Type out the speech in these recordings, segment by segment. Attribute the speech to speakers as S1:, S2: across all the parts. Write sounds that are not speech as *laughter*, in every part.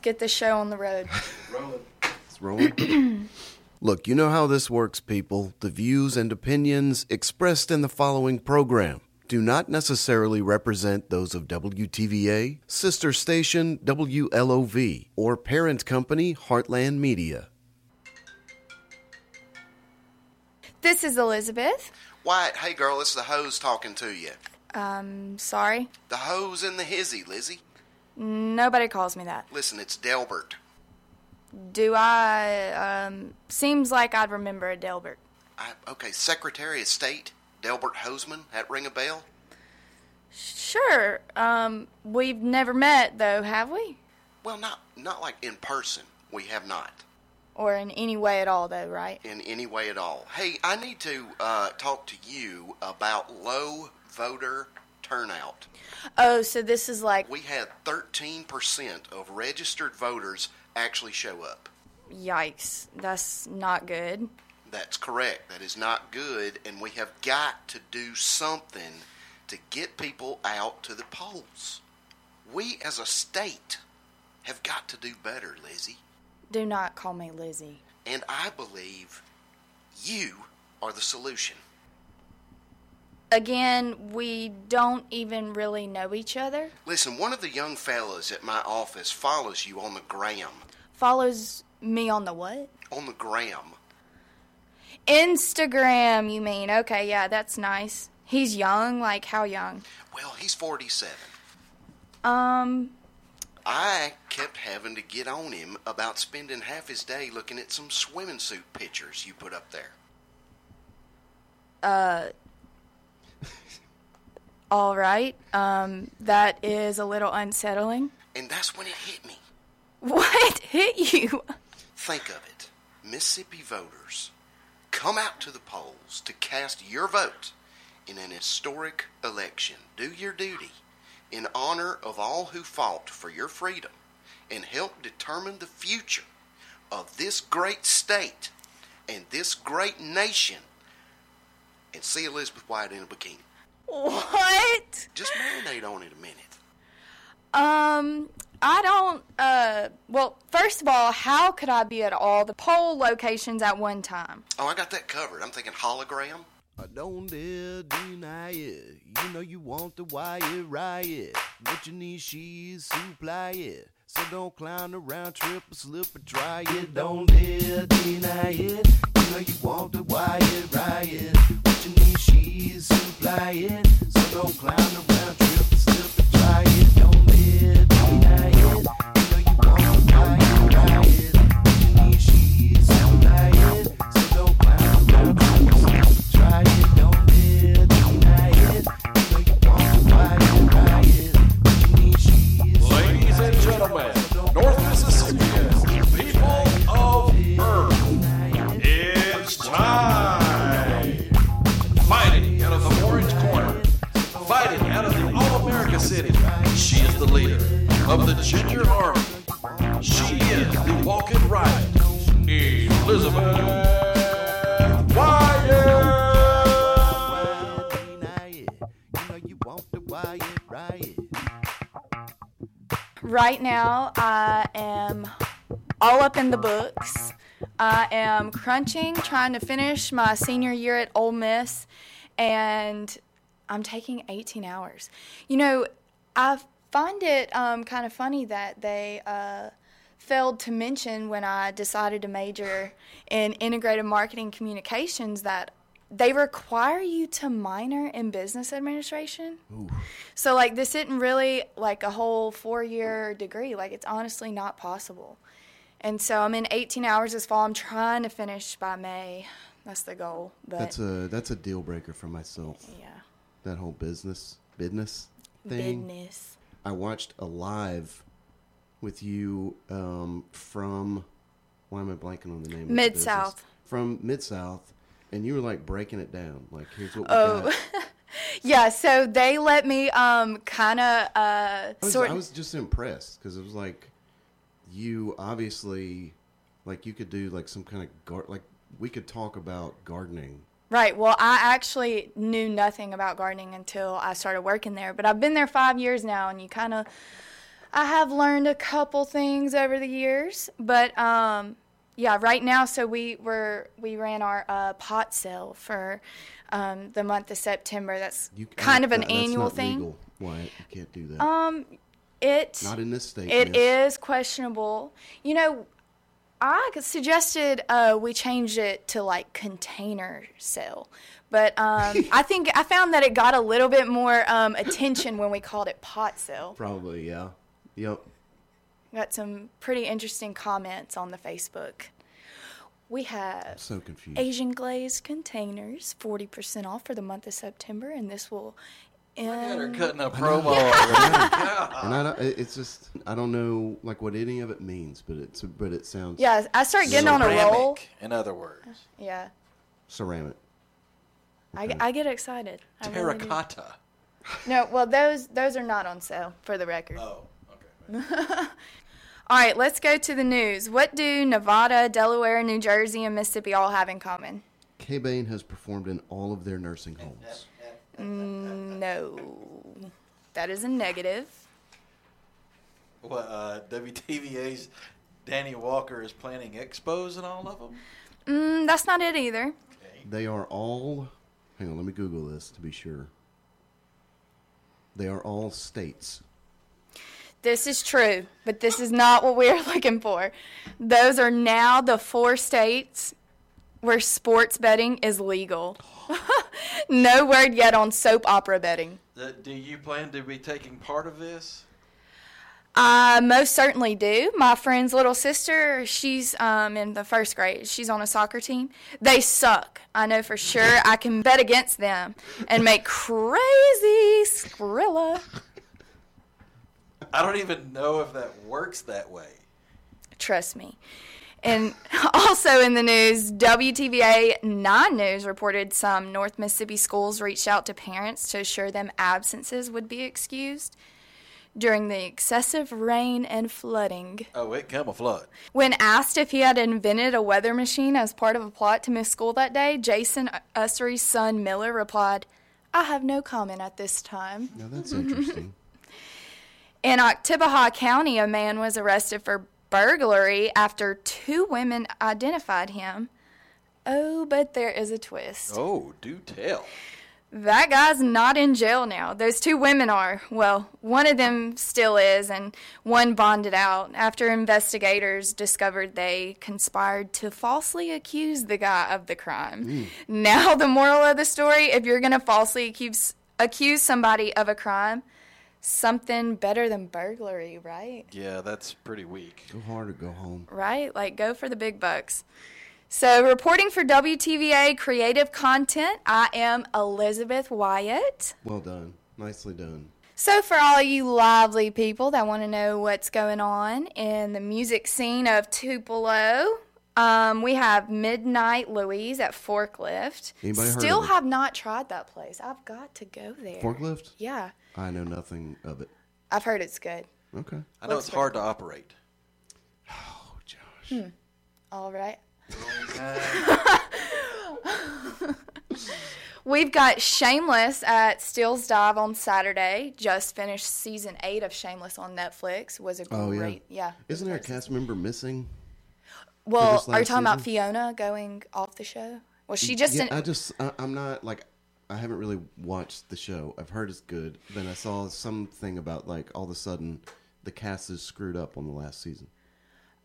S1: get this show on the road.
S2: It's rolling. Look, you know how this works, people. The views and opinions expressed in the following program do not necessarily represent those of WTVA, sister station WLOV, or parent company Heartland Media.
S1: This is Elizabeth.
S2: Wyatt, hey girl, it's the hose talking to you.
S1: Um, sorry.
S2: The hose in the hizzy, Lizzie.
S1: Nobody calls me that.
S2: Listen, it's Delbert.
S1: Do I? Um, seems like I'd remember a Delbert.
S2: I, okay, Secretary of State Delbert Hoseman. That ring a bell?
S1: Sure. Um, we've never met though, have we?
S2: Well, not not like in person. We have not
S1: Or in any way at all, though, right?
S2: in any way at all. Hey, I need to uh, talk to you about low voter turnout.
S1: Oh, so this is like
S2: We had 13% of registered voters actually show up.
S1: yikes. That's not good.
S2: That's correct. That is not good, and we have got to do something to get people out to the polls. We as a state have got to do better, Lizzie.
S1: Do not call me Lizzie.
S2: And I believe you are the solution.
S1: Again, we don't even really know each other.
S2: Listen, one of the young fellas at my office follows you on the gram.
S1: Follows me on the what?
S2: On the gram.
S1: Instagram, you mean? Okay, yeah, that's nice. He's young, like how young?
S2: Well, he's 47.
S1: Um,
S2: I kept having to get on him about spending half his day looking at some swimming suit pictures you put up there.
S1: all right. Um, that is a little unsettling. *laughs*
S2: And that's when it hit me.
S1: What hit you?
S2: Think of it. Mississippi voters come out to the polls to cast your vote in an historic election. Do your duty in honor of all who fought for your freedom and help determine the future of this great state and this great nation. And see Elizabeth White in a bikini.
S1: What?
S2: Just marinate on it a minute.
S1: Um, I don't. Uh, well, first of all, how could I be at all the poll locations at one time?
S2: Oh, I got that covered. I'm thinking hologram.
S3: I don't dare deny it. You know you want the wire riot. What you need, she's supply it. So don't clown around, trip or slip or try it. Don't dare deny it. You know you want the wire riot. What you need, she's supply it. So don't clown around, trip or slip or try it. Don't dare deny it. You know you want the wire riot. What you need, she's supply it. So don't clown around, trip or slip or try it. Don't dare deny it. You know you want the wire riot. What you need, she's
S4: Ladies and gentlemen, North Mississippians, people of Earth, it's time! Fighting out of the orange corner, fighting out of the All America City, she is the leader of the Ginger Army. She is the walking riot, Elizabeth Wyatt!
S3: You know you want the wire riot.
S1: Right now, I am all up in the books. I am crunching, trying to finish my senior year at Ole Miss, and I'm taking 18 hours. You know, I find it um, kind of funny that they uh, failed to mention when I decided to major in integrated marketing communications that they require you to minor in business administration. So like this isn't really like a whole four year degree. Like it's honestly not possible. And so I'm in 18 hours this fall. I'm trying to finish by May. That's the goal. But
S2: That's a that's a deal breaker for myself.
S1: yeah,
S2: That whole business business thing.
S1: business.
S2: I watched a live with you um, from why am I blanking on the name? of the business?
S1: Mid-South.
S2: From Mid South, and you were like breaking it down. Like here's what we
S1: Oh.
S2: got.
S1: Yeah. So they let me um kind of uh
S2: I was,
S1: sort.
S2: I was just impressed because it was like you obviously like you could do like some kind of gar- like we could talk about gardening.
S1: Right. Well, I actually knew nothing about gardening until I started working there, but I've been there five years now, and you kind of, I have learned a couple things over the years, but um, yeah, right now, so we were we ran our uh, pot sale for um, the month of September. That's
S2: You-
S1: kind of
S2: that-
S1: an
S2: that's
S1: annual
S2: not
S1: thing.
S2: legal, Wyatt. You can't do that.
S1: Um, it
S2: not in this state.
S1: it is
S2: miss.
S1: questionable. You know, I suggested uh, we changed it to like container sale, but
S5: *laughs*
S1: um, I think I found that it got a little bit more um, attention when we called it pot sale.
S2: Probably, yeah. Yep.
S1: Got some pretty interesting comments on the Facebook. We have
S2: So confused.
S1: Asian glazed containers, 40% off for the month of September, and this will
S5: They're
S1: end.
S5: cutting a promo
S4: *laughs*
S5: already.
S2: And I don't, it- it's just I don't know like what any of it means, but it's but it sounds
S1: Yeah, I started getting on a roll.
S5: Ceramic, In other words,
S1: Yeah,
S2: ceramic.
S1: I, I get excited. I really do.
S5: terracotta.
S1: No, well those those are not on sale for the record.
S5: Oh, okay.
S1: All right, let's go to the news. What do Nevada, Delaware, New Jersey, and Mississippi all have in common?
S2: K-Bane has performed in all of their nursing homes.
S1: No. That is a negative.
S5: What uh, WTVA's Danny Walker is planning expos in all of them.
S1: Mm, that's not it either.
S2: They are all. Hang on, let me Google this to be sure. They are all states.
S1: This is true, but this is not what we're *laughs* looking for. Those are now the four states where sports betting is legal. *laughs* no word yet on soap opera betting.
S5: Th- Uh, Do you plan to be taking part of this?
S1: I most certainly do. My friend's little sister, she's um, in the first grade. She's on a soccer team. They suck. I know for sure. I can bet against them and make crazy Skrilla.
S5: I don't even know if that works that way.
S1: Trust me. And *laughs* also in the news, WTVA 9 News reported some North Mississippi schools reached out to parents to assure them absences would be excused during the excessive rain and flooding.
S5: Oh, it come a flood.
S1: When asked if he had invented a weather machine as part of a plot to miss school that day, Jason Ussery's son Miller replied, I have no comment at this time.
S2: Now that's interesting.
S1: In Octibaha County, a man was arrested for burglary after two women identified him. Oh, but there is a twist.
S5: Oh, do tell.
S1: That guy's not in jail now. Those two women are. Well, one of them still is, and one bonded out after investigators discovered they conspired to falsely accuse the guy of the crime. Now, the moral of the story if you're going to falsely accuse, accuse somebody of a crime, something better than burglary, right?
S5: Yeah, that's pretty weak.
S2: go hard or go home.
S1: right? Like, go for the big bucks. So, reporting for WTVA Creative Content, I am Elizabeth Wyatt.
S2: Well done, nicely done.
S1: So, for all you lively people that want to know what's going on in the music scene of Tupelo, um, we have Midnight Louise at Forklift.
S2: Anybody heard of
S1: Still
S2: it?
S1: have not tried that place. I've got to go there.
S2: Forklift?
S1: Yeah,
S2: I know nothing of it.
S1: I've heard it's good.
S2: Okay.
S5: I know it's hard to operate.
S2: Oh, Josh.
S1: All right. *laughs* We've got Shameless at Steel's Dive on Saturday. Just finished season eight of Shameless on Netflix. Was a great,
S2: Oh, yeah.
S1: yeah.
S2: Isn't there a cast member missing?
S1: Well,
S2: this
S1: are you
S2: last
S1: talking about
S2: season?
S1: Fiona going off the show? Well, she just
S2: yeah,
S1: didn't.
S2: I just I, I'm not like I haven't really watched the show. I've heard it's good. Then I saw something about like all of a sudden the cast is screwed up on the last season.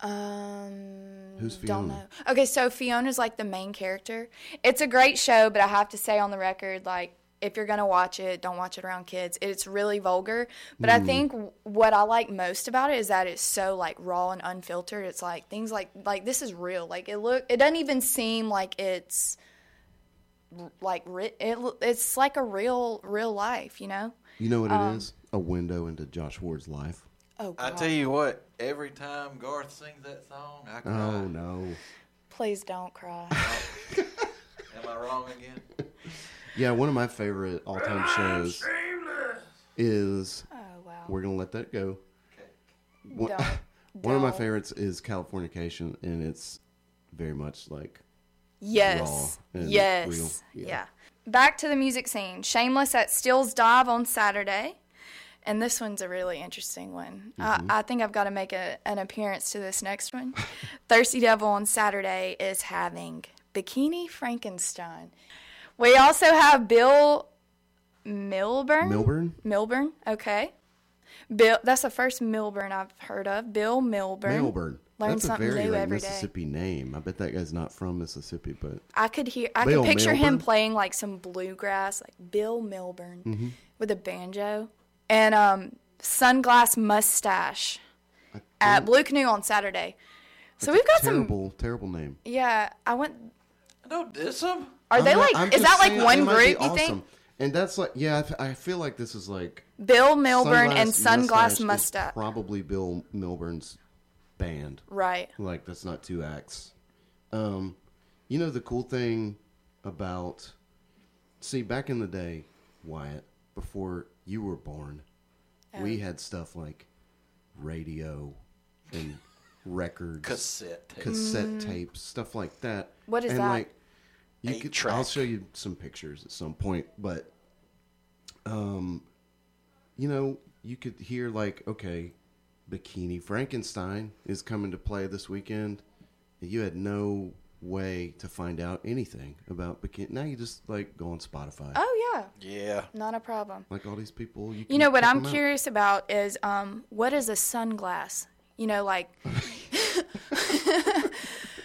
S1: um,
S2: uh, Who's
S1: don't
S2: Fiona?
S1: know. Okay, so Fiona's like the main character. It's a great show, but I have to say on the record, like, if you're gonna watch it, don't watch it around kids. It's really vulgar, but
S2: Hmm.
S1: I think w- what I like most about it is that it's so like raw and unfiltered. It's like things like like this is real. Like it look, it doesn't even seem like it's r- like writ. It l- it's like a real real life, you know.
S2: You know what it is? A window into Josh Ward's life.
S1: Oh,
S5: I
S1: God.
S5: tell you what, every time Garth sings that song, I cry.
S2: Oh no.
S1: please don't cry.
S5: Am I wrong again?
S2: Yeah, one of my favorite all-time shows is
S1: oh wow.
S2: we're gonna let that go. One,
S1: Don't.
S2: *laughs* one of my
S1: don't.
S2: favorites is Californication, and it's very much like
S1: Yes.
S2: raw and
S1: yes.
S2: real.
S1: Yeah.
S2: Yeah.
S1: Back to the music scene. Shameless at Steel's Dive on Saturday. And this one's a really interesting one.
S2: Mm-hmm.
S1: I, I think I've got to make a, an appearance to this next
S2: *laughs*
S1: one. Thirsty Devil on Saturday is having Bikini Frankenstein. We also have Bill Milburn.
S2: Milburn?
S1: Milburn. Okay. Bill. That's the first Milburn I've heard of. Bill Milburn.
S2: Melbourne.
S1: Learn
S2: That's
S1: something
S2: a very
S1: new
S2: like,
S1: every day.
S2: Mississippi name. I bet that guy's not from Mississippi, but
S1: I could hear. I
S2: Bill
S1: could picture him
S2: Milburn.
S1: playing like some bluegrass, like Bill Milburn,
S2: Mm-hmm.
S1: with a banjo and um, sunglass mustache at Blue Canoe on Saturday. So Uh, we've got some.
S2: terrible, terrible name.
S1: Yeah, I went.
S5: Don't diss him.
S1: Are they
S2: I'm not-
S1: like?
S2: I'm
S1: is
S2: just
S1: that like
S2: saying it
S1: one
S2: might be
S1: group? You
S2: awesome.
S1: think
S2: And that's like, yeah, I f- I feel like this is like
S1: Bill Milburn and
S2: Sunglass
S1: Sunglass
S2: is
S1: Mustache?
S2: Probably Bill Milburn's band.
S1: right.
S2: Like that's not two acts. Um, you know the cool thing about see back in the day, Wyatt, before you were born, we had stuff like radio and records,
S5: Cassette. tape.
S2: cassette tapes, stuff like that.
S1: Mm. What is
S2: and
S1: that?
S2: Like, you
S5: Eight
S2: could,
S5: track.
S2: I'll show you some pictures at some point, but um, you know, you could hear like, okay, Bikini Frankenstein is coming to play this weekend. You had no way to find out anything about Bikini. Now you just like go on Spotify,
S1: Oh yeah,
S5: Yeah.
S1: not a problem.
S2: like all these people. You,
S1: You
S2: can
S1: know what
S2: check
S1: I'm
S2: them out.
S1: curious about is um, what is a sunglass? You know,
S2: *laughs*
S1: like *laughs*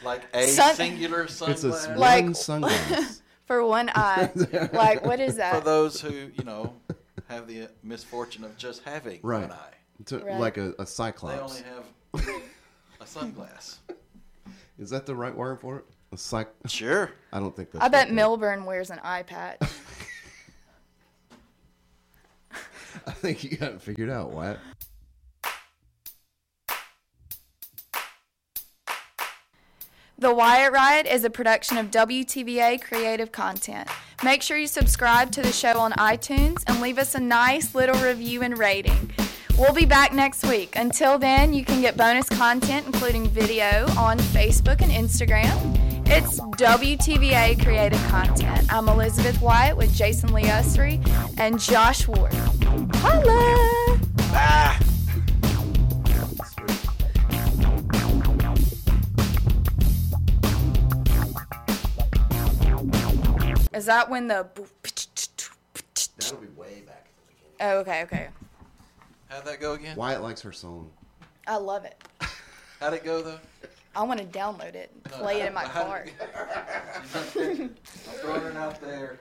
S5: Like a
S1: Sun-
S5: singular sunglass.
S2: It's a one
S1: Like- *laughs*
S2: sunglass.
S1: for one
S2: *laughs*
S1: eye. like what is
S5: for
S1: that?
S5: those who you know have the uh, misfortune of just having
S2: Right.
S5: one eye.
S2: It's a-
S1: Right.
S2: Like a, a
S5: They
S2: cyclops.
S5: only have a sunglass.
S2: Is that the right word for it? A psych.
S5: Sure.
S2: I don't think that's.
S1: I bet
S2: right.
S1: Milburn wears an eye patch.
S2: *laughs* I think you got it figured out, Wyatt.
S1: The Wyatt Riot is a production of WTVA Creative Content. Make sure you subscribe to the show on iTunes and leave us a nice little review and rating. We'll be back next week. Until then, you can get bonus content, including video, on Facebook and Instagram. It's WTVA Creative Content. I'm Elizabeth Wyatt with Jason Lee Usry and Josh Ward. Holla! Is that when the.
S2: That'll be way back at the beginning.
S1: Oh, okay, okay.
S5: How'd that go again?
S2: Wyatt likes her song.
S1: I love it.
S5: How'd it go though?
S1: I want to download it and play it in my
S5: how-
S1: car.
S5: I'm throwing it out there.